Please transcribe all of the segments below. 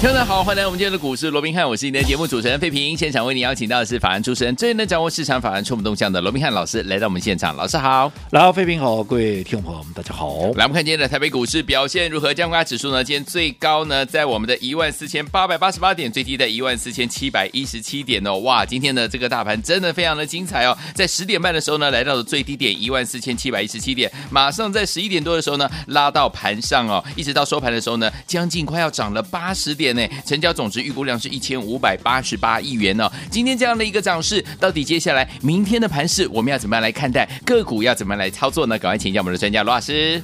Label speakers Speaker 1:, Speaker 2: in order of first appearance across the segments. Speaker 1: 听众好，欢迎来我们今天的股市罗宾汉，我是你的节目主持人费平。现场为你邀请到的是法案出身、最能掌握市场法案触动动向的罗宾汉老师，来到我们现场。老师好，
Speaker 2: 然后，飞平好，各位听众朋友们，大家好。
Speaker 1: 来我们看今天的台北股市表现如何？加权指数呢？今天最高呢在我们的一万四千八百八十八点，最低在一万四千七百一十七点哦。哇，今天的这个大盘真的非常的精彩哦。在十点半的时候呢，来到了最低点一万四千七百一十七点，马上在十一点多的时候呢，拉到盘上哦，一直到收盘的时候呢，将近快要涨了八十点呢。成交总值预估量是一千五百八十八亿元哦。今天这样的一个涨势，到底接下来明天的盘势我们要怎么样来看待？个股要怎么样来操作呢？赶快请教我们的专家罗老师。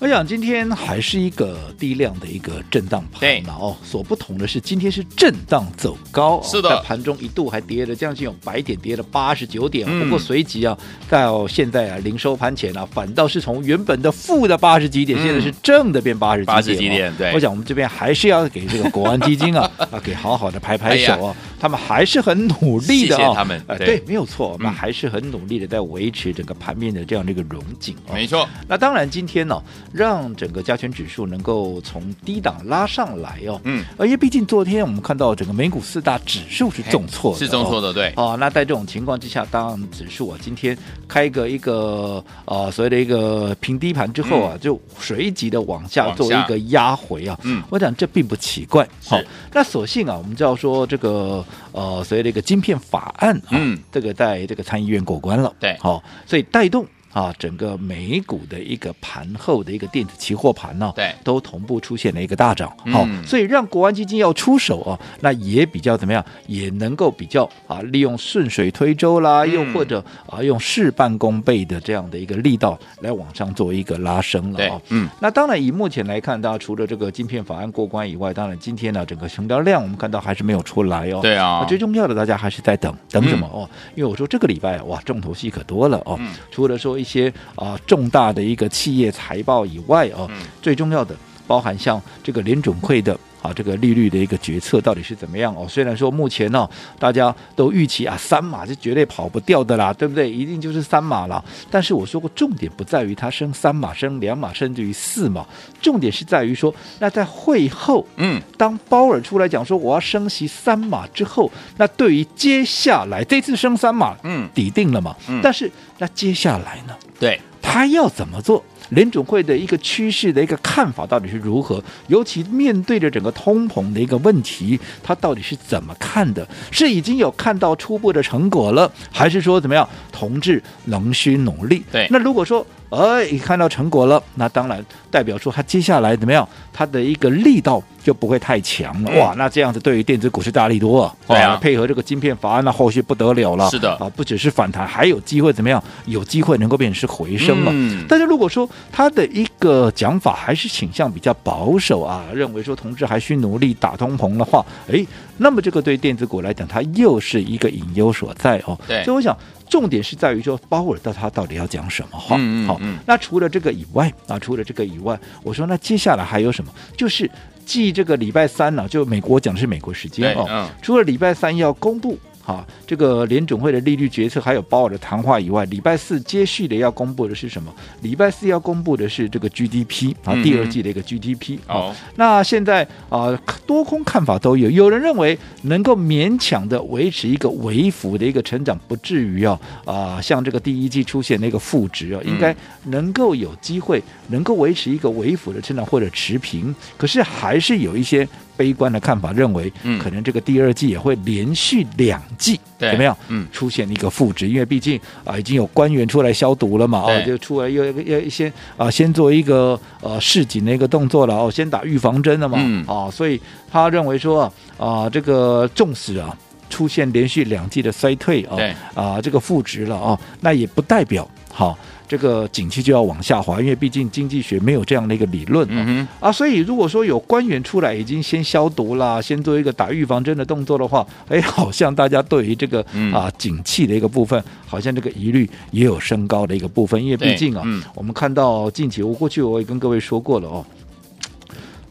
Speaker 2: 我想今天还是一个低量的一个震荡
Speaker 1: 对
Speaker 2: 盘嘛，哦，所不同的是今天是震荡走高，哦
Speaker 1: 是的
Speaker 2: 在盘中一度还跌了将近有百点，跌了八十九点，
Speaker 1: 嗯
Speaker 2: 不过随即啊，到现在啊临收盘前啊，反倒是从原本的负的八十几点，
Speaker 1: 嗯
Speaker 2: 现在是正的变八十
Speaker 1: 80
Speaker 2: 几
Speaker 1: 几点
Speaker 2: 点哦，
Speaker 1: 对
Speaker 2: 我想我们这边还是要给这个国安基金 啊啊给好好的拍拍手哦，他们还是很努力
Speaker 1: 哎谢
Speaker 2: 的
Speaker 1: 谢
Speaker 2: 哦，
Speaker 1: 他们
Speaker 2: 呃
Speaker 1: 对
Speaker 2: 对，没有错，我们
Speaker 1: 嗯
Speaker 2: 还是很努力的在维持整个盘面的这样的一个融景哦。
Speaker 1: 没错，
Speaker 2: 那当然，今天呢、让整个加权指数能够从低档拉上来哦。
Speaker 1: 嗯，
Speaker 2: 呃，因为毕竟昨天我们看到整个美股四大指数是重挫的、
Speaker 1: 是中错
Speaker 2: 的。
Speaker 1: 的，对，
Speaker 2: 哦，那在这种情况之下，当然指数啊，今天开个一个呃所谓的一个平低盘之后啊，就随即的往下
Speaker 1: 嗯往
Speaker 2: 做
Speaker 1: 下
Speaker 2: 一个压回啊。
Speaker 1: 嗯
Speaker 2: 我讲这并不奇怪。
Speaker 1: 是
Speaker 2: 那所幸啊，我们知道说这个呃所谓的一个晶片法案啊，
Speaker 1: 嗯
Speaker 2: 这个在这个参议院过关了。
Speaker 1: 对
Speaker 2: 好、所以带动。啊，整个美股的一个盘后的一个电子期货盘呢、
Speaker 1: 对
Speaker 2: 都同步出现了一个大涨，好、
Speaker 1: 嗯
Speaker 2: 所以让国安基金要出手啊，那也比较怎么样，也能够比较啊，利用顺水推舟啦，
Speaker 1: 嗯
Speaker 2: 又或者啊，用事半功倍的这样的一个力道来往上做一个拉升了
Speaker 1: 对
Speaker 2: 啊、
Speaker 1: 嗯，
Speaker 2: 那当然，以目前来看，大家除了这个晶片法案过关以外，当然今天呢，整个成交量我们看到还是没有出来哦。
Speaker 1: 对啊
Speaker 2: 那最重要的，大家还是在等等什么、哦？因为我说这个礼拜啊哇，重头戏可多了哦。
Speaker 1: 嗯
Speaker 2: 除了说一些啊、重大的一个企业财报以外哦，
Speaker 1: 嗯
Speaker 2: 最重要的包含像这个联准会的。啊，这个利率的一个决策到底是怎么样哦？虽然说目前呢、大家都预期啊，三码是绝对跑不掉的啦，对不对？一定就是三码啦。但是我说过，重点不在于它升三码、升两码，甚至于四码，重点是在于说，那在会后
Speaker 1: 嗯，
Speaker 2: 当鲍尔出来讲说我要升息三码之后，那对于接下来这次升三码，
Speaker 1: 嗯
Speaker 2: 底定了嘛？
Speaker 1: 嗯
Speaker 2: 但是那接下来呢，
Speaker 1: 对，
Speaker 2: 他要怎么做？联准会的一个趋势的一个看法到底是如何？尤其面对着整个通膨的一个问题，他到底是怎么看的？是已经有看到初步的成果了，还是说怎么样？同志仍需努力。
Speaker 1: 对
Speaker 2: 那如果说哎看到成果了，那当然代表说他接下来怎么样？他的一个力道就不会太强了。
Speaker 1: 嗯
Speaker 2: 哇，那这样子对于电子股市大力多啊！
Speaker 1: 对啊
Speaker 2: 哇配合这个晶片法案，那后续不得了了。
Speaker 1: 是的
Speaker 2: 啊，不只是反弹，还有机会怎么样？有机会能够变成是回升了。
Speaker 1: 嗯
Speaker 2: 但是如果说他的一个讲法还是倾向比较保守啊，认为说同志还需努力打通膨的话，诶，那么这个对电子股来讲，它又是一个隐忧所在哦。
Speaker 1: 对
Speaker 2: 所以我想重点是在于说鲍尔到他到底要讲什么话。
Speaker 1: 嗯嗯
Speaker 2: 好、
Speaker 1: 嗯
Speaker 2: 那除了这个以外啊，除了这个以外，我说那接下来还有什么？就是继这个礼拜三呢、就美国讲的是美国时间
Speaker 1: 对
Speaker 2: 哦，
Speaker 1: 嗯
Speaker 2: 除了礼拜三要公布。啊，这个联准会的利率决策，还有鲍尔的谈话以外，礼拜四接续的要公布的是什么？礼拜四要公布的是这个 GDP 啊，
Speaker 1: 嗯
Speaker 2: 第二季的一个 GDP 啊。
Speaker 1: 哦，
Speaker 2: 那现在啊、多空看法都有，有人认为能够勉强的维持一个微幅的一个成长，不至于啊啊、像这个第一季出现那个负值啊，
Speaker 1: 嗯
Speaker 2: 应该能够有机会能够维持一个微幅的成长或者持平。可是还是有一些悲观的看法，认为
Speaker 1: 嗯
Speaker 2: 可能这个第二季也会连续两季。
Speaker 1: 对
Speaker 2: 怎么样？
Speaker 1: 嗯
Speaker 2: 出现一个负值，因为毕竟啊、已经有官员出来消毒了嘛，哦
Speaker 1: 对，
Speaker 2: 就出来又要要先啊、先做一个呃市井的一个动作了，哦，先打预防针了嘛，
Speaker 1: 嗯
Speaker 2: 啊，所以他认为说啊、这个纵使啊。出现连续两季的衰退啊
Speaker 1: 对，
Speaker 2: 啊这个负值了啊，那也不代表好。这个景气就要往下滑，因为毕竟经济学没有这样的一个理论、啊。
Speaker 1: 嗯哼，
Speaker 2: 啊，所以如果说有官员出来已经先消毒啦，先做一个打预防针的动作的话，哎， 好像大家对于这个、
Speaker 1: 嗯
Speaker 2: 啊景气的一个部分，好像这个疑虑也有升高的一个部分，因为
Speaker 1: 对
Speaker 2: 毕竟啊，
Speaker 1: 嗯
Speaker 2: 我们看到近期，我过去我也跟各位说过了哦，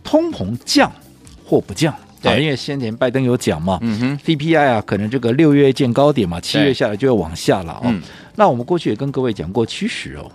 Speaker 2: 通膨降或不降。啊，
Speaker 1: 对
Speaker 2: 因为先前拜登有讲嘛、
Speaker 1: 嗯哼，
Speaker 2: CPI 啊，可能这个六月见高点嘛，七
Speaker 1: 对
Speaker 2: 月下来就会往下了哦。
Speaker 1: 嗯
Speaker 2: 那我们过去也跟各位讲过，其实哦，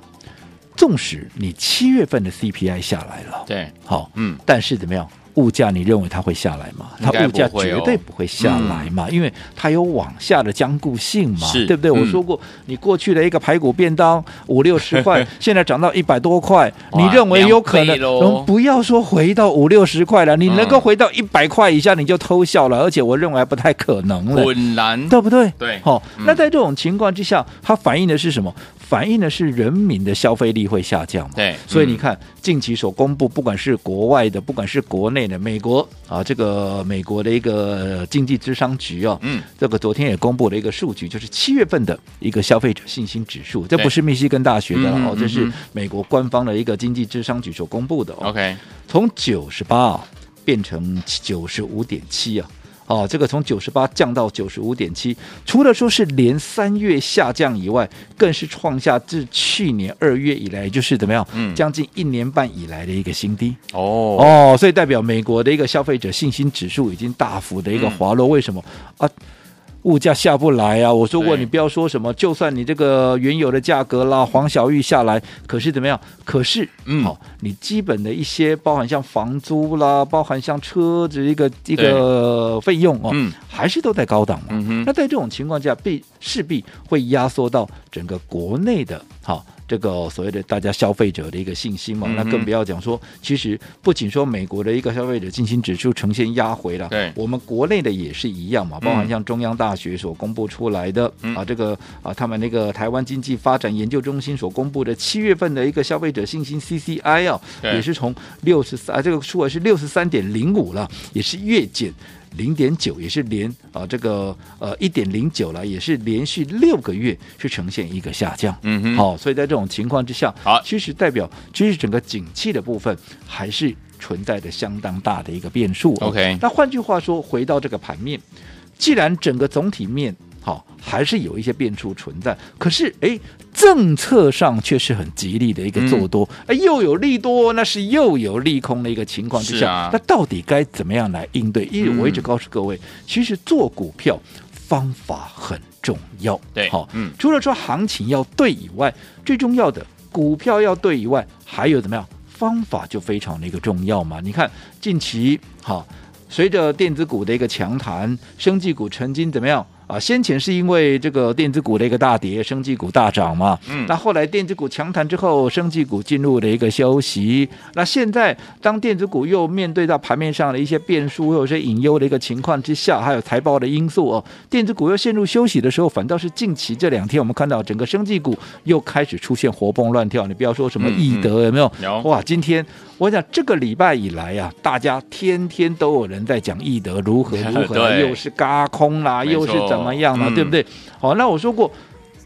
Speaker 2: 纵使你七月份的 CPI 下来了，
Speaker 1: 对，
Speaker 2: 好，
Speaker 1: 嗯，
Speaker 2: 但是怎么样？物价你认为它会下来吗？
Speaker 1: 应
Speaker 2: 它
Speaker 1: 该
Speaker 2: 物价
Speaker 1: 不会哦嗯
Speaker 2: 绝对不会下来嘛，因为它有往下的坚固性嘛
Speaker 1: 是，
Speaker 2: 对不对？
Speaker 1: 嗯
Speaker 2: 我说过，你过去的一个排骨便 当五六十块，现在涨到一百多块，
Speaker 1: 哇
Speaker 2: 你认为有可
Speaker 1: 两
Speaker 2: 能
Speaker 1: 倍喽？
Speaker 2: 嗯不要说回到五六十块了，你
Speaker 1: 嗯
Speaker 2: 能够回到一百块以下，你就偷笑了，而且我认为还不太可能了。
Speaker 1: 混蓝，
Speaker 2: 对不对？
Speaker 1: 对
Speaker 2: 好、
Speaker 1: 嗯
Speaker 2: 那在这种情况之下，它反映的是什么？反映的是人民的消费力会下降嘛？
Speaker 1: 对
Speaker 2: 所以
Speaker 1: 嗯
Speaker 2: 你看、近期所公布，不管是国外的，不管是国内的，美国啊，这个美国的一个呃经济智商局哦，
Speaker 1: 嗯，
Speaker 2: 这个昨天也公布了一个数据，就是七月份的一个消费者信心指数，这
Speaker 1: 对
Speaker 2: 不是密西根大学的
Speaker 1: 嗯嗯
Speaker 2: 哦，这
Speaker 1: 嗯
Speaker 2: 是
Speaker 1: 嗯
Speaker 2: 美国官方的一个经济智商局所公布的哦。
Speaker 1: OK，
Speaker 2: 从九十八变成九十五点七啊。哦，这个从九十八降到九十五点七，除了说是连三月下降以外，更是创下自去年二月以来，就是怎么样，
Speaker 1: 嗯
Speaker 2: 将近一年半以来的一个新低
Speaker 1: 哦，
Speaker 2: 哦所以代表美国的一个消费者信心指数已经大幅的一
Speaker 1: 嗯
Speaker 2: 个滑落。为什么啊？物价下不来啊！我说过，
Speaker 1: 对
Speaker 2: 你不要说什么，就算你这个原油的价格啦，黄小玉下来，可是怎么样？可是
Speaker 1: 嗯
Speaker 2: 好、你基本的一些包含像房租啦，包含像车子一个一个费用哦，
Speaker 1: 嗯
Speaker 2: 还是都在高档嘛。
Speaker 1: 嗯哼
Speaker 2: 那在这种情况下，必势必会压缩到整个国内的好、这个所谓的大家消费者的一个信心嘛。
Speaker 1: 嗯哼
Speaker 2: 那更不要讲说，其实不仅说美国的一个消费者信心指数呈现压回了，
Speaker 1: 对
Speaker 2: 我们国内的也是一样嘛，包含像中央大学所公布出来的、
Speaker 1: 嗯
Speaker 2: 啊，这个啊，他们那个台湾经济发展研究中心所公布的七月份的一个消费者信心 CCI 啊，
Speaker 1: 对
Speaker 2: 也是从六十三，这个数额是六十三点零五了，也是月减。零点九也是连啊，这个呃一点零九了，也是连续六个月是呈现一个下降。
Speaker 1: 嗯哼
Speaker 2: 好、所以在这种情况之下，
Speaker 1: 好
Speaker 2: 其实代表其实整个景气的部分还是存在着相当大的一个变数哦、
Speaker 1: OK
Speaker 2: 那换句话说，回到这个盘面，既然整个总体面好、还是有一些变数存在，可是诶，政策上却是很吉利的
Speaker 1: 嗯
Speaker 2: 一个做多，哎、又有利多，那是又有利空的一个情况之
Speaker 1: 是
Speaker 2: 下，
Speaker 1: 啊
Speaker 2: 那到底该怎么样来应对？因为我一直
Speaker 1: 嗯
Speaker 2: 告诉各位，其实做股票方法很重要，
Speaker 1: 对
Speaker 2: 好、
Speaker 1: 嗯
Speaker 2: 除了说行情要对以外，最重要的股票要对以外，还有怎么样方法就非常的一个重要嘛？你看近期哈、随着电子股的一个强弹，生技股曾经怎么样？啊，先前是因为这个电子股的一个大跌，生技股大涨嘛。
Speaker 1: 嗯
Speaker 2: 那后来电子股强弹之后，生技股进入了一个休息。那现在当电子股又面对到盘面上的一些变数，或者是隐忧的一个情况之下，还有财报的因素哦，电子股又陷入休息的时候，反倒是近期这两天我们看到整个生技股又开始出现活蹦乱跳。你不要说什么
Speaker 1: 嗯
Speaker 2: 易
Speaker 1: 嗯
Speaker 2: 德、有没有？
Speaker 1: 有
Speaker 2: 哇，今天我想这个礼拜以来啊，大家天天都有人在讲易德如何如 何，啊
Speaker 1: 对
Speaker 2: 又是嘎空啦，
Speaker 1: 没错
Speaker 2: 又是怎么样啦，
Speaker 1: 嗯
Speaker 2: 对不对？好，那我说过。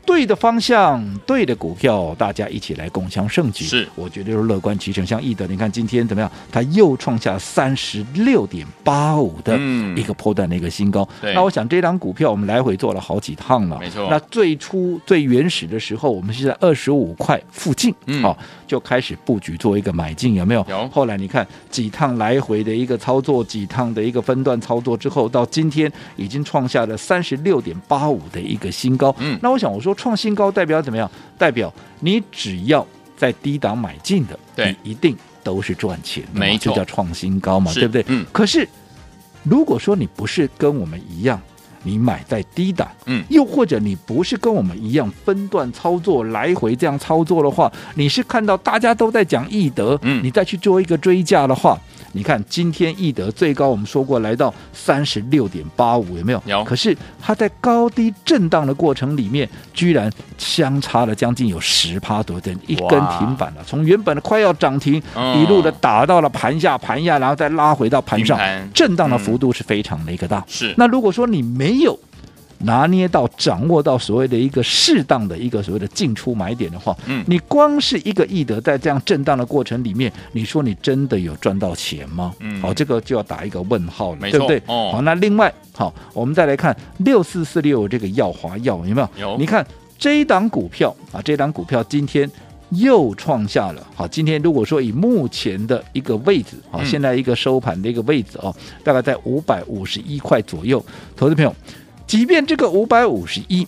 Speaker 2: 对的方向，对的股票，大家一起来共襄盛举。
Speaker 1: 是
Speaker 2: 我觉得就是乐观其成。像易德，你看今天怎么样？它又创下三十六点八五的
Speaker 1: 嗯
Speaker 2: 一个波段的一个新高。
Speaker 1: 对
Speaker 2: 那我想这张股票我们来回做了好几趟了。
Speaker 1: 没错
Speaker 2: 那最初最原始的时候，我们是在二十五块附近，
Speaker 1: 嗯
Speaker 2: 好、就开始布局做一个买进，有没有？
Speaker 1: 有
Speaker 2: 后来你看几趟来回的一个操作，几趟的一个分段操作之后，到今天已经创下了三十六点八五的一个新高。
Speaker 1: 嗯
Speaker 2: 那我想我说创新高代表怎么样？代表你只要在低档买进的，
Speaker 1: 对
Speaker 2: 你一定都是赚钱的嘛，
Speaker 1: 没错
Speaker 2: 这叫创新高嘛，
Speaker 1: 是
Speaker 2: 对不对？
Speaker 1: 嗯
Speaker 2: 可是如果说你不是跟我们一样，你买在低档，
Speaker 1: 嗯
Speaker 2: 又或者你不是跟我们一样分段操作、来回这样操作的话，你是看到大家都在讲易德，
Speaker 1: 嗯
Speaker 2: 你再去做一个追价的话，你看今天易德最高我们说过来到三十六点八五，有没有？
Speaker 1: 有
Speaker 2: 可是它在高低震荡的过程里面，居然相差了将近有十趴多点，一根
Speaker 1: 哇
Speaker 2: 停板了，从原本的快要涨停，
Speaker 1: 嗯
Speaker 2: 一路的打到了盘下，盘下，然后再拉回到盘上
Speaker 1: 平盘，嗯
Speaker 2: 震荡的幅度是非常的一个大。
Speaker 1: 是
Speaker 2: 那如果说你没没有。拿捏到、掌握到所谓的一个适当的一个所谓的进出买点的话，
Speaker 1: 嗯
Speaker 2: 你光是一个易德在这样震荡的过程里面，你说你真的有赚到钱吗？
Speaker 1: 嗯
Speaker 2: 好，这个就要打一个问号了，
Speaker 1: 没
Speaker 2: 对不
Speaker 1: 错
Speaker 2: 对？
Speaker 1: 哦
Speaker 2: 好，那另外，好，我们再来看六四四六这个耀华药有没有？
Speaker 1: 有
Speaker 2: 你看这一档股票啊，这一档股票今天。又创下了好，今天如果说以目前的一个位置，好，
Speaker 1: 嗯
Speaker 2: 现在一个收盘的一个位置哦，大概在五百五十一块左右。投资朋友，即便这个五百五十一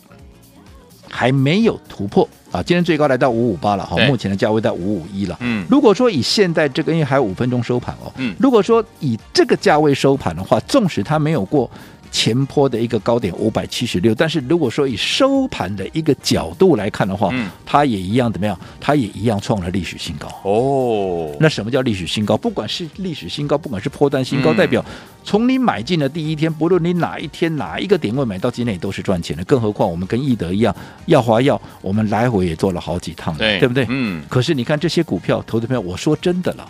Speaker 2: 还没有突破啊，今天最高来到五五八了，好
Speaker 1: 对，
Speaker 2: 目前的价位在五五一了。
Speaker 1: 嗯
Speaker 2: 如果说以现在这个，因为还有五分钟收盘哦，
Speaker 1: 嗯
Speaker 2: 如果说以这个价位收盘的话，纵使它没有过前坡的一个高点五百七十六，但是如果说以收盘的一个角度来看的话，
Speaker 1: 嗯
Speaker 2: 它也一样怎么样？它也一样创了历史新高。
Speaker 1: 哦，
Speaker 2: 那什么叫历史新高？不管是历史新高，不管是破断新高，
Speaker 1: 嗯
Speaker 2: 代表从你买进的第一天，不论你哪一天哪一个点位买到今天，也都是赚钱的。更何况我们跟易德一样，耀华药，我们来回也做了好几趟了，
Speaker 1: 对
Speaker 2: 不对？
Speaker 1: 嗯
Speaker 2: 可是你看这些股票，投资朋友，我说真的了。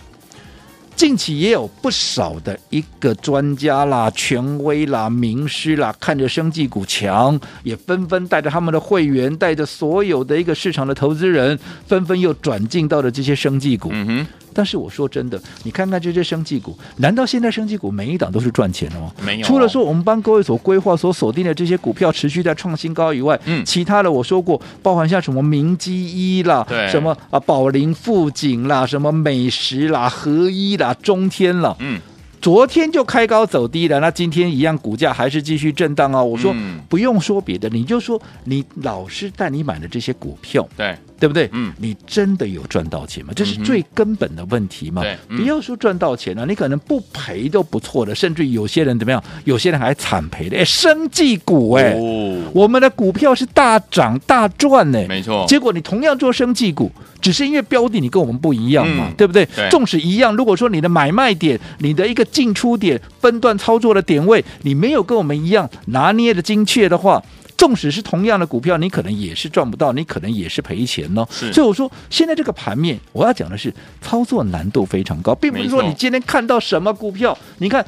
Speaker 2: 近期也有不少的一个专家啦、权威啦、名师啦，看着生技股强，也纷纷带着他们的会员，带着所有的一个市场的投资人，纷纷又转进到了这些生技股。
Speaker 1: 嗯哼，
Speaker 2: 但是我说真的，你看看这些生技股，难道现在生技股每一档都是赚钱的吗？
Speaker 1: 没有
Speaker 2: 除了说我们帮各位所规划、所锁定的这些股票持续在创新高以外，
Speaker 1: 嗯
Speaker 2: 其他的我说过，包含像什么明基一啦，
Speaker 1: 对
Speaker 2: 什么啊宝林富锦啦，什么美食啦、合一啦、中天啦，
Speaker 1: 嗯
Speaker 2: 昨天就开高走低了，那今天一样股价还是继续震荡啊。我说、
Speaker 1: 嗯
Speaker 2: 不用说别的，你就说你老师带你买的这些股票，
Speaker 1: 对，
Speaker 2: 对不对？
Speaker 1: 嗯
Speaker 2: 你真的有赚到钱吗？这是
Speaker 1: 嗯哼
Speaker 2: 最根本的问题嘛。
Speaker 1: 对嗯
Speaker 2: 不要说赚到钱啊了、你可能不赔都不错的，甚至有些人怎么样？有些人还惨赔的，哎，生技股哎、
Speaker 1: 哦，
Speaker 2: 我们的股票是大涨大赚哎呢、
Speaker 1: 没错，
Speaker 2: 结果你同样做生技股，只是因为标的你跟我们不一样嘛，
Speaker 1: 嗯
Speaker 2: 对不对
Speaker 1: 对？
Speaker 2: 纵使一样，如果说你的买卖点、你的一个进出点、分段操作的点位，你没有跟我们一样拿捏的精确的话。纵使是同样的股票，你可能也是赚不到，你可能也是赔钱呢、
Speaker 1: 是
Speaker 2: 所以我说，现在这个盘面，我要讲的是操作难度非常高，并不是说
Speaker 1: 没错
Speaker 2: 你今天看到什么股票，你看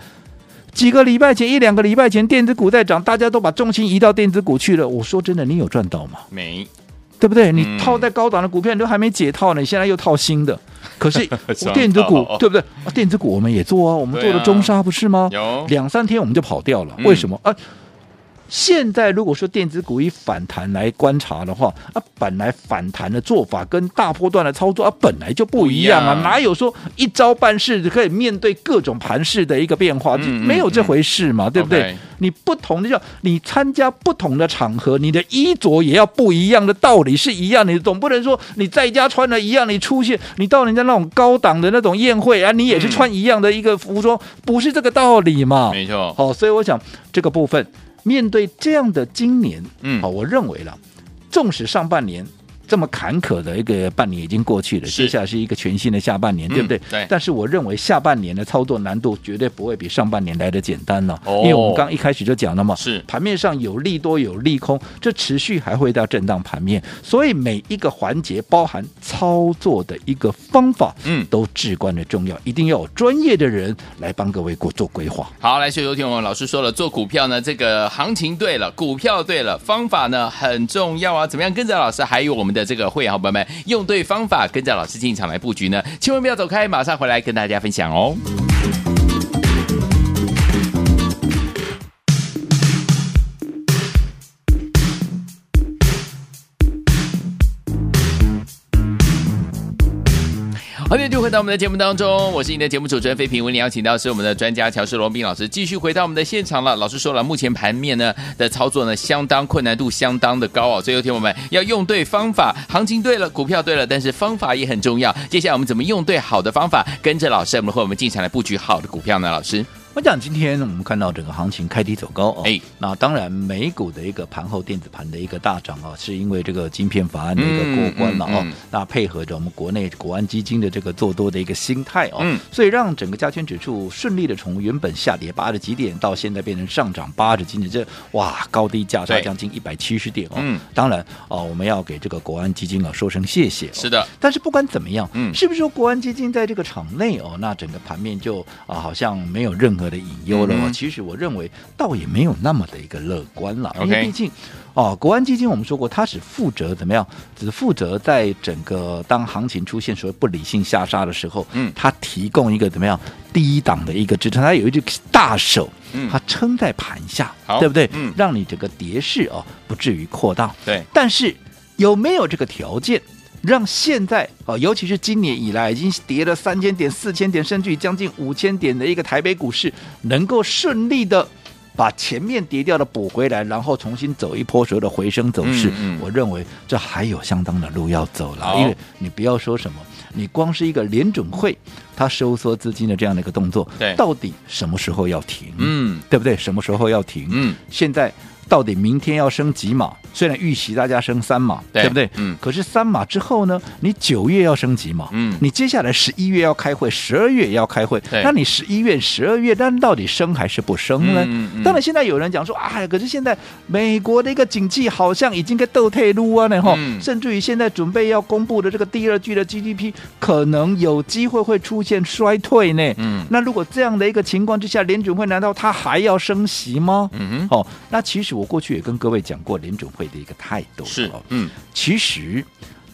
Speaker 2: 几个礼拜前、一两个礼拜前电子股在涨，大家都把重心移到电子股去了。我说真的，你有赚到吗？
Speaker 1: 没
Speaker 2: 对不对？你
Speaker 1: 嗯
Speaker 2: 套在高档的股票，你都还没解套呢，你现在又套 新的。可是
Speaker 1: 想
Speaker 2: 电子股
Speaker 1: 套
Speaker 2: 对不对、啊电子股我们也做啊，我们
Speaker 1: 对啊
Speaker 2: 做的中沙不是吗？
Speaker 1: 有
Speaker 2: 两三天我们就跑掉了，
Speaker 1: 嗯
Speaker 2: 为什么啊？现在如果说电子股以反弹来观察的话，啊，本来反弹的做法跟大波段的操作啊本来就不一样啊，
Speaker 1: 不一样
Speaker 2: 哪有说一招半式可以面对各种盘势的一个变化？
Speaker 1: 嗯
Speaker 2: 就
Speaker 1: 嗯
Speaker 2: 没有这回事嘛，对不对
Speaker 1: OK
Speaker 2: 你不同的叫你参加不同的场合，你的衣着也要不一样的道理是一样的，你总不能说你在家穿的一样，你出现你到人家那种高档的那种宴会啊，你也是
Speaker 1: 嗯
Speaker 2: 穿一样的一个服装，不是这个道理嘛？
Speaker 1: 没错，
Speaker 2: 好、所以我想这个部分，面对这样的今年，
Speaker 1: 嗯
Speaker 2: 好、我认为了，纵使上半年这么坎坷的一个半年已经过去了，
Speaker 1: 是
Speaker 2: 接下来是一个全新的下半年，
Speaker 1: 嗯
Speaker 2: 对不对？
Speaker 1: 对
Speaker 2: 但是我认为下半年的操作难度绝对不会比上半年来的简单了，
Speaker 1: 哦
Speaker 2: 因为我们刚一开始就讲了嘛，
Speaker 1: 是
Speaker 2: 盘面上有利多有利空，这持续还会到震荡盘面，所以每一个环节包含操作的一个方法，
Speaker 1: 嗯
Speaker 2: 都至关的重要，一定要有专业的人来帮各位过做规划。
Speaker 1: 好，来，所以昨天我们老师说了，做股票呢，这个行情对了，股票对了，方法呢很重要啊。怎么样跟着老师，还有我们的这个会员伙伴们，用对方法，跟着老师进场来布局呢？千万不要走开，马上回来跟大家分享哦。好的，就回到我们的节目当中，我是你的节目主持人费平，为您邀请到是我们的专家乔世龙斌老师，继续回到我们的现场了。老师说了，目前盘面呢的操作呢相当困难度相当的高哦，所以有天我们要用对方法，行情对了，股票对了，但是方法也很重要。接下来我们怎么用对好的方法，跟着老师，我们会我们进场来布局好的股票呢？老师，
Speaker 2: 我讲今天我们看到整个行情开低走高哦，
Speaker 1: 哎
Speaker 2: 那当然美股的一个盘后电子盘的一个大涨哦，是因为这个晶片法案的一个过关了哦，
Speaker 1: 嗯嗯嗯
Speaker 2: 那配合着我们国内国安基金的这个做多的一个心态哦，
Speaker 1: 嗯
Speaker 2: 所以让整个加权指数顺利的从原本下跌八十几点到现在变成上涨八十几点，这哇高低价差
Speaker 1: 对
Speaker 2: 将近一百七十点哦，
Speaker 1: 嗯
Speaker 2: 当然哦，我们要给这个国安基金啊说声谢谢、哦，
Speaker 1: 是的，
Speaker 2: 但是不管怎么样，
Speaker 1: 嗯
Speaker 2: 是不是说国安基金在这个场内哦，那整个盘面就啊好像没有任何的隐忧了、哦
Speaker 1: 嗯哼
Speaker 2: 其实我认为倒也没有那么的一个乐观了，因
Speaker 1: OK
Speaker 2: 为毕竟哦，国安基金我们说过，它只负责怎么样，只负责在整个当行情出现所谓不理性下杀的时候，
Speaker 1: 嗯
Speaker 2: 它提供一个怎么样低档的一个支撑，它有一只大手
Speaker 1: 嗯，
Speaker 2: 它撑在盘下，
Speaker 1: 好
Speaker 2: 对不对？
Speaker 1: 嗯
Speaker 2: 让你整个跌势哦不至于扩大。
Speaker 1: 对，
Speaker 2: 哎但是有没有这个条件，呃让现在啊、哦尤其是今年以来已经跌了三千点、四千点，甚至于将近五千点的一个台北股市，能够顺利的把前面跌掉的补回来，然后重新走一波所谓的回升走势？
Speaker 1: 嗯嗯
Speaker 2: 我认为这还有相当的路要走了，
Speaker 1: 好
Speaker 2: 因为你不要说什么。你光是一个联准会，它收缩资金的这样的一个动作，
Speaker 1: 对
Speaker 2: 到底什么时候要停？
Speaker 1: 嗯
Speaker 2: 对不对？什么时候要停？
Speaker 1: 嗯，
Speaker 2: 现在到底明天要升几码？虽然预期大家升三码，
Speaker 1: 对
Speaker 2: 不对？
Speaker 1: 嗯
Speaker 2: 可是三码之后呢？你九月要升几码？
Speaker 1: 嗯
Speaker 2: 你接下来十一月要开会，十二月也要开会
Speaker 1: 对。
Speaker 2: 那你十一月、十二月，那到底升还是不升呢？
Speaker 1: 嗯嗯嗯
Speaker 2: 当然，现在有人讲说，哎，可是现在美国的一个景气好像已经该倒退路啊，然后、
Speaker 1: 嗯
Speaker 2: 甚至于现在准备要公布的这个第二季的 GDP 可能有机会会出现衰退呢。
Speaker 1: 嗯
Speaker 2: 那如果这样的一个情况之下，联准会难道它还要升息吗？
Speaker 1: 嗯
Speaker 2: 哦，那其实我过去也跟各位讲过联准会的一个态
Speaker 1: 哼，
Speaker 2: 度了
Speaker 1: 是
Speaker 2: 哦，
Speaker 1: 嗯
Speaker 2: 其实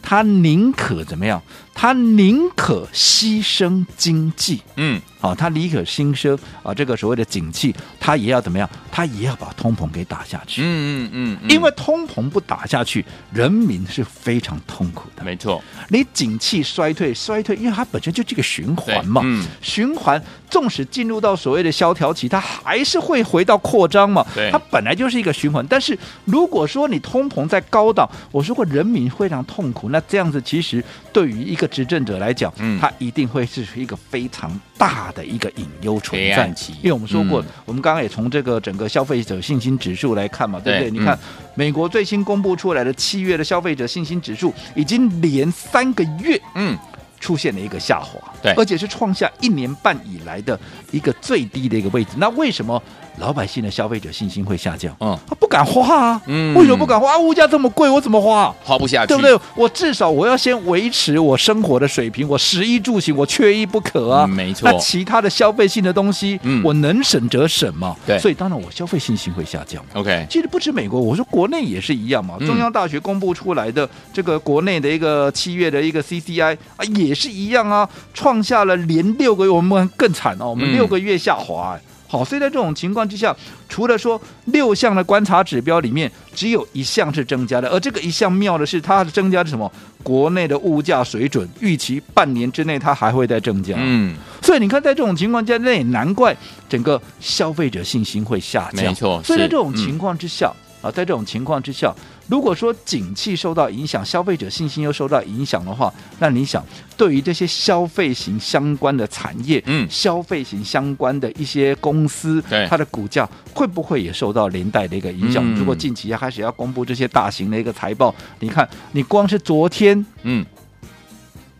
Speaker 2: 他宁可怎么样？他宁可牺牲经济。
Speaker 1: 嗯，
Speaker 2: 啊，他宁可牺牲啊，这个所谓的景气，他也要怎么样？他也要把通膨给打下去，
Speaker 1: 嗯嗯嗯，
Speaker 2: 因为通膨不打下去，人民是非常痛苦的。
Speaker 1: 没错，
Speaker 2: 你景气衰退，衰退，因为它本身就是一个循环嘛，
Speaker 1: 对嗯
Speaker 2: 循环，纵使进入到所谓的萧条期，它还是会回到扩张嘛，
Speaker 1: 对
Speaker 2: 它本来就是一个循环。但是如果说你通膨在高档，我说过人民非常痛苦，那这样子其实对于一个执政者来讲，
Speaker 1: 嗯
Speaker 2: 他一定会是一个非常大的一个隐忧存
Speaker 1: 黑
Speaker 2: 在
Speaker 1: 暗期
Speaker 2: 因为我们说过，
Speaker 1: 嗯
Speaker 2: 我们刚刚也从这个整个消费者信心指数来看嘛，对不
Speaker 1: 对
Speaker 2: 对？你看、
Speaker 1: 嗯
Speaker 2: 美国最新公布出来的七月的消费者信心指数，已经连三个月
Speaker 1: 嗯
Speaker 2: 出现了一个下滑，
Speaker 1: 对
Speaker 2: 而且是创下一年半以来的一个最低的一个位置。那为什么老百姓的消费者信心会下降？
Speaker 1: 嗯，
Speaker 2: 他不敢花啊，
Speaker 1: 嗯
Speaker 2: 为什么不敢花？啊物价这么贵，我怎么花啊、
Speaker 1: 花不下去，
Speaker 2: 对不对？我至少我要先维持我生活的水平，我食衣住行我缺一不可啊。
Speaker 1: 嗯没错
Speaker 2: 那其他的消费性的东西，
Speaker 1: 嗯
Speaker 2: 我能省则省嘛。
Speaker 1: 对
Speaker 2: 所以当然我消费信心会下降嘛。
Speaker 1: ？OK，
Speaker 2: 其实不止美国，我说国内也是一样嘛。
Speaker 1: 嗯
Speaker 2: 中央大学公布出来的这个国内的一个七月的一个 CCI 啊，也是一样啊，创下了连六个月，我们更惨哦，我们
Speaker 1: 嗯
Speaker 2: 六个月下滑、哎好，所以在这种情况之下，除了说六项的观察指标里面，只有一项是增加的，而这个一项妙的是，它的增加是什么？国内的物价水准预期半年之内它还会再增加。
Speaker 1: 嗯，
Speaker 2: 所以你看，在这种情况下，那也难怪整个消费者信心会下降。
Speaker 1: 没错
Speaker 2: 所以在
Speaker 1: 是
Speaker 2: 这种
Speaker 1: 嗯
Speaker 2: 情况之下、啊，在这种情况之下，如果说景气受到影响，消费者信心又受到影响的话，那你想，对于这些消费型相关的产业，
Speaker 1: 嗯
Speaker 2: 消费型相关的一些公司
Speaker 1: 对，
Speaker 2: 它的股价会不会也受到连带的一个影响？
Speaker 1: 嗯
Speaker 2: 如果近期开始要公布这些大型的一个财报，你看，你光是昨天
Speaker 1: 嗯，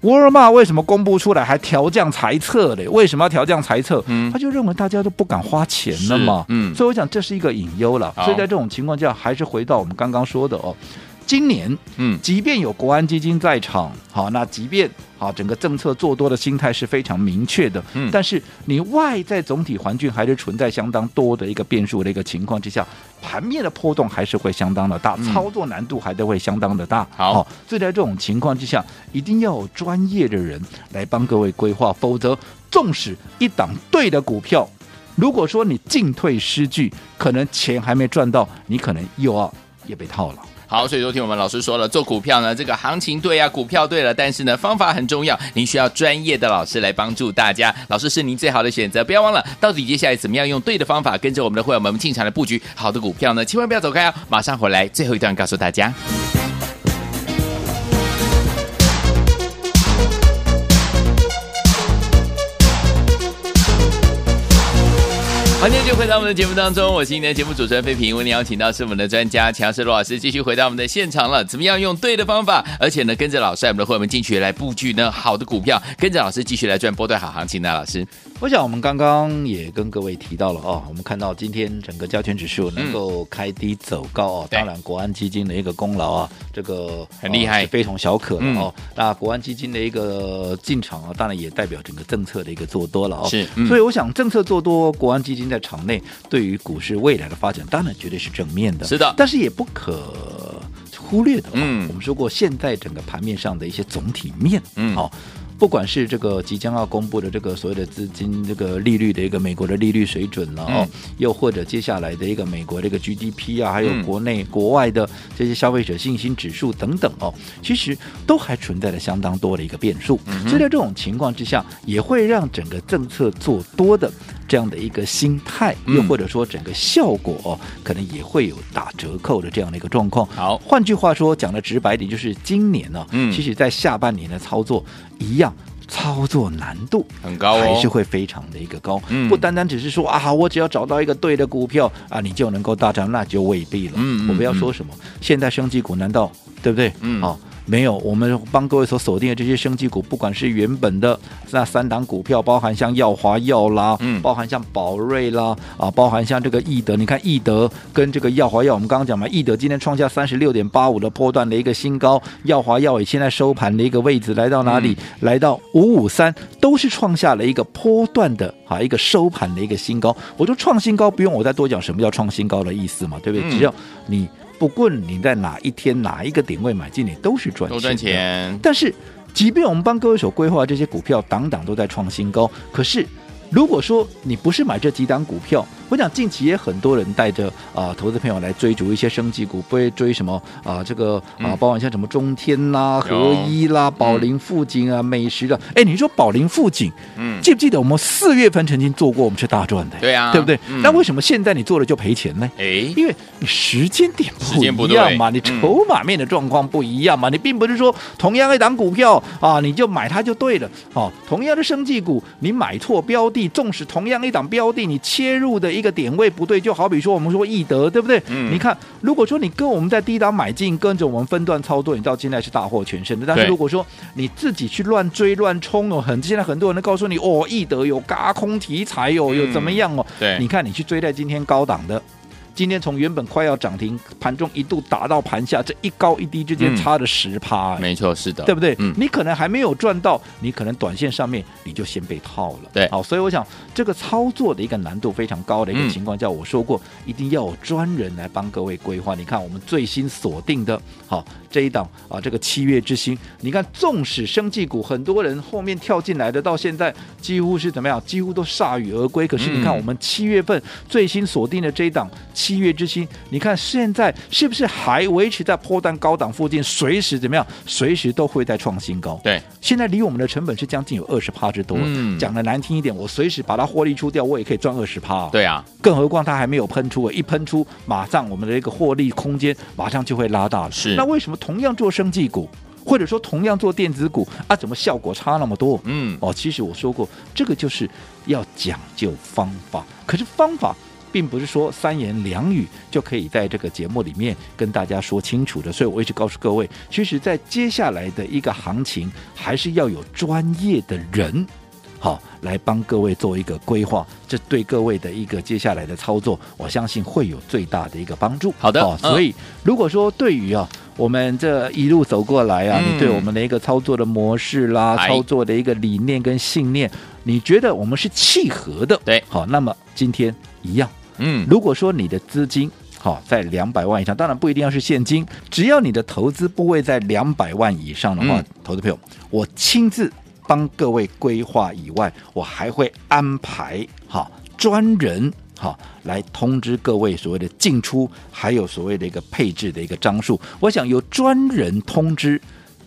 Speaker 2: 沃尔玛为什么公布出来还调降财测嘞？为什么要调降财测？
Speaker 1: 嗯
Speaker 2: 他就认为大家都不敢花钱了嘛
Speaker 1: 是。嗯
Speaker 2: 所以我讲这是一个隐忧了。
Speaker 1: 好
Speaker 2: 所以在这种情况下，还是回到我们刚刚说的哦，今年
Speaker 1: 嗯
Speaker 2: 即便有国安基金在场，好，那即便好整个政策做多的心态是非常明确的，
Speaker 1: 嗯
Speaker 2: 但是你外在总体环境还是存在相当多的一个变数的一个情况之下，盘面的波动还是会相当的大，
Speaker 1: 嗯
Speaker 2: 操作难度还是会相当的大。
Speaker 1: 好
Speaker 2: 所以在这种情况之下，一定要有专业的人来帮各位规划，否则纵使一档对的股票。如果说你进退失据，可能钱还没赚到，你可能又要也被套了。
Speaker 1: 好，所以昨天我们老师说了，做股票呢，这个行情对啊，股票对了，但是呢，方法很重要，您需要专业的老师来帮助大家，老师是您最好的选择。不要忘了，到底接下来怎么样用对的方法，跟着我们的会员们进场来布局好的股票呢？千万不要走开啊！马上回来，最后一段告诉大家。好，今天就回到我们的节目当中，我是今天的节目主持人费平，为您邀请到是我们的专家强势罗老师，继续回到我们的现场了。怎么样用对的方法，而且呢，跟着老师，我们的会员们进去来布局呢好的股票，跟着老师继续来赚波段好行情呢？老师，
Speaker 2: 我想我们刚刚也跟各位提到了哦，我们看到今天整个加权指数能够开低走高哦，
Speaker 1: 对
Speaker 2: 当然国安基金的一个功劳啊，这个
Speaker 1: 很厉害嗯
Speaker 2: 呃是非同小可的哦。那国安基金的一个进场啊，当然也代表整个政策的一个做多了哦。
Speaker 1: 是嗯
Speaker 2: 所以我想政策做多，国安基金在场内对于股市未来的发展，当然绝对是正面的。
Speaker 1: 是的
Speaker 2: 但是也不可。忽略的哦，
Speaker 1: 嗯
Speaker 2: 我们说过，现在整个盘面上的一些总体面，哦
Speaker 1: 嗯
Speaker 2: 好、不管是这个即将要公布的这个所谓的资金这个利率的一个美国的利率水准了
Speaker 1: 嗯
Speaker 2: 哦，又或者接下来的一个美国这个 GDP 啊，还有
Speaker 1: 嗯
Speaker 2: 国内、国外的这些消费者信心指数等等哦，其实都还存在着相当多的一个变数。
Speaker 1: 嗯
Speaker 2: 所以在这种情况之下，也会让整个政策做多的这样的一个心态，
Speaker 1: 嗯
Speaker 2: 又或者说整个效果、哦，可能也会有打折扣的这样的一个状况。
Speaker 1: 好
Speaker 2: 哦换句话说，讲的直白一点，就是今年呢、
Speaker 1: 嗯
Speaker 2: 其实在下半年的操作一样。操作难度
Speaker 1: 很高哦
Speaker 2: 还是会非常的一个高，
Speaker 1: 嗯
Speaker 2: 不单单只是说啊，我只要找到一个对的股票啊，你就能够大涨，那就未必了。
Speaker 1: 嗯嗯
Speaker 2: 我不要说什么，现在升级股难道对不对？
Speaker 1: 嗯
Speaker 2: 好、没有，我们帮各位所锁定的这些升级股，不管是原本的那三档股票，包含像耀华、耀啦，
Speaker 1: 嗯
Speaker 2: 包含像宝瑞啦，啊，包含像这个易德，你看易德跟这个耀华耀，我们刚刚讲嘛，易德今天创下三十六点八五的波段的一个新高，耀华耀也现在收盘的一个位置来到哪里？
Speaker 1: 嗯
Speaker 2: 来到五五三，都是创下了一个波段的啊一个收盘的一个新高。我说创新高，不用我再多讲什么叫创新高的意思嘛，对不对？
Speaker 1: 嗯
Speaker 2: 只要你。不论你在哪一天哪一个点位买进，你都是赚钱，
Speaker 1: 都赚。钱，
Speaker 2: 但是，即便我们帮各位所规划的这些股票，档档都在创新高，可是。如果说你不是买这几档股票，我想近期也很多人带着啊、投资朋友来追逐一些升级股，不会追什么啊、这个啊、
Speaker 1: 嗯
Speaker 2: 包含像什么中天啦、
Speaker 1: 有
Speaker 2: 合一啦、宝林富锦啊、美食的。哎，你说宝林富锦，
Speaker 1: 嗯，
Speaker 2: 记不记得我们四月份曾经做过，我们是大赚的，
Speaker 1: 对啊
Speaker 2: 对不对？
Speaker 1: 嗯
Speaker 2: 那为什么现在你做了就赔钱呢？
Speaker 1: 哎，
Speaker 2: 因为你时间点
Speaker 1: 时间不
Speaker 2: 一样嘛，
Speaker 1: 对
Speaker 2: 你
Speaker 1: 嗯
Speaker 2: 筹码面的状况不一样嘛，你并不是说同样一档股票啊，你就买它就对了哦。同样的生技股，你买错标的，纵使同样一档标的，你切入的一个点位不对，就好比说我们说易德，对不对？
Speaker 1: 嗯
Speaker 2: 你看，如果说你跟我们在低档买进，跟着我们分段操作，你到现在是大获全胜的。但是
Speaker 1: 对
Speaker 2: 如果说你自己去乱追乱冲哦，很现在很多人都告诉你哦，易德有嘎空题材哦，
Speaker 1: 嗯
Speaker 2: 有怎么样哦？
Speaker 1: 对
Speaker 2: 你看你去追在今天高档的，今天从原本快要涨停，盘中一度打到盘下，这一高一低之间
Speaker 1: 嗯
Speaker 2: 差了十趴、哎
Speaker 1: 没错，是的，
Speaker 2: 对不对？
Speaker 1: 嗯，
Speaker 2: 你可能还没有赚到，你可能短线上面你就先被套了。
Speaker 1: 对
Speaker 2: 好，所以我想这个操作的一个难度非常高的一
Speaker 1: 嗯
Speaker 2: 个情况下，我说过一定要有专人来帮各位规划。你看我们最新锁定的，好这一档啊，这个七月之星，你看纵使生技股很多人后面跳进来的，到现在几乎是怎么样，几乎都铩羽而归。可是你看
Speaker 1: 嗯
Speaker 2: 我们七月份最新锁定的这一档七月之星，你看现在是不是还维持在波段高档附近，随时怎么样，随时都会在创新高。
Speaker 1: 对，
Speaker 2: 现在离我们的成本是将近有二十趴之多。
Speaker 1: 嗯
Speaker 2: 讲的难听一点，我随时把它获利出掉，我也可以赚二十趴。，
Speaker 1: 对啊，
Speaker 2: 更何况它还没有喷出，一喷出，马上我们的一个获利空间马上就会拉大了。
Speaker 1: 是
Speaker 2: 那为什么同样做生技股，或者说同样做电子股啊，怎么效果差那么多？
Speaker 1: 嗯，
Speaker 2: 哦，其实我说过，这个就是要讲究方法。可是方法并不是说三言两语就可以在这个节目里面跟大家说清楚的，所以我一直告诉各位，其实，在接下来的一个行情，还是要有专业的人。好，来帮各位做一个规划，这对各位的一个接下来的操作，我相信会有最大的一个帮助。
Speaker 1: 好的
Speaker 2: 哦、所
Speaker 1: 嗯
Speaker 2: 以如果说对于啊。我们这一路走过来啊，
Speaker 1: 嗯
Speaker 2: 你对我们的一个操作的模式啦，
Speaker 1: 哎
Speaker 2: 操作的一个理念跟信念，你觉得我们是契合的？
Speaker 1: 对
Speaker 2: 好，那么今天一样，
Speaker 1: 嗯，
Speaker 2: 如果说你的资金好、在两百万以上，当然不一定要是现金，只要你的投资部位在两百万以上的话，
Speaker 1: 嗯
Speaker 2: 投资朋友，我亲自帮各位规划以外，我还会安排好、专人。好，来通知各位所谓的进出，还有所谓的一个配置的一个张数。我想有专人通知，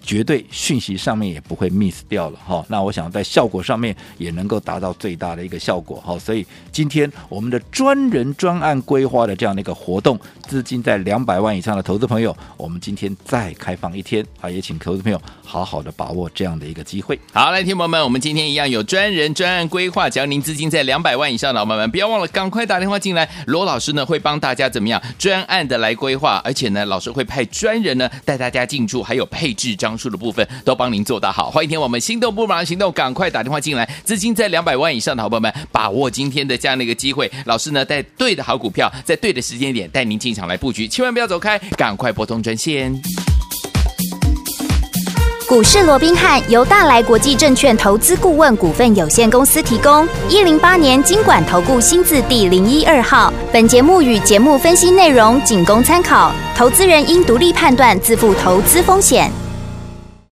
Speaker 2: 绝对讯息上面也不会 miss 掉了哈、那我想在效果上面也能够达到最大的一个效果哈、所以今天我们的专人专案规划的这样的一个活动，资金在两百万以上的投资朋友，我们今天再开放一天啊，也请投资朋友好好的把握这样的一个机会。
Speaker 1: 好，来，听众朋友们，我们今天一样有专人专案规划，只要您资金在两百万以上的老板们，不要忘了赶快打电话进来，罗老师呢会帮大家怎么样专案的来规划，而且呢，老师会派专人呢带大家进驻，还有配置张。张数的部分都帮您做到好。欢迎天我们心动不马上行动，赶快打电话进来，资金在两百万以上的好朋友们，把握今天的这样的一个机会。老师呢，带对的好股票，在对的时间点带您进场来布局，千万不要走开，赶快拨通专线。
Speaker 3: 股市罗宾汉由大来国际证券投资顾问股份有限公司提供，一零八年经管投顾新字第零一二号。本节目与节目分析内容仅供参考，投资人应独立判断，自负投资风险。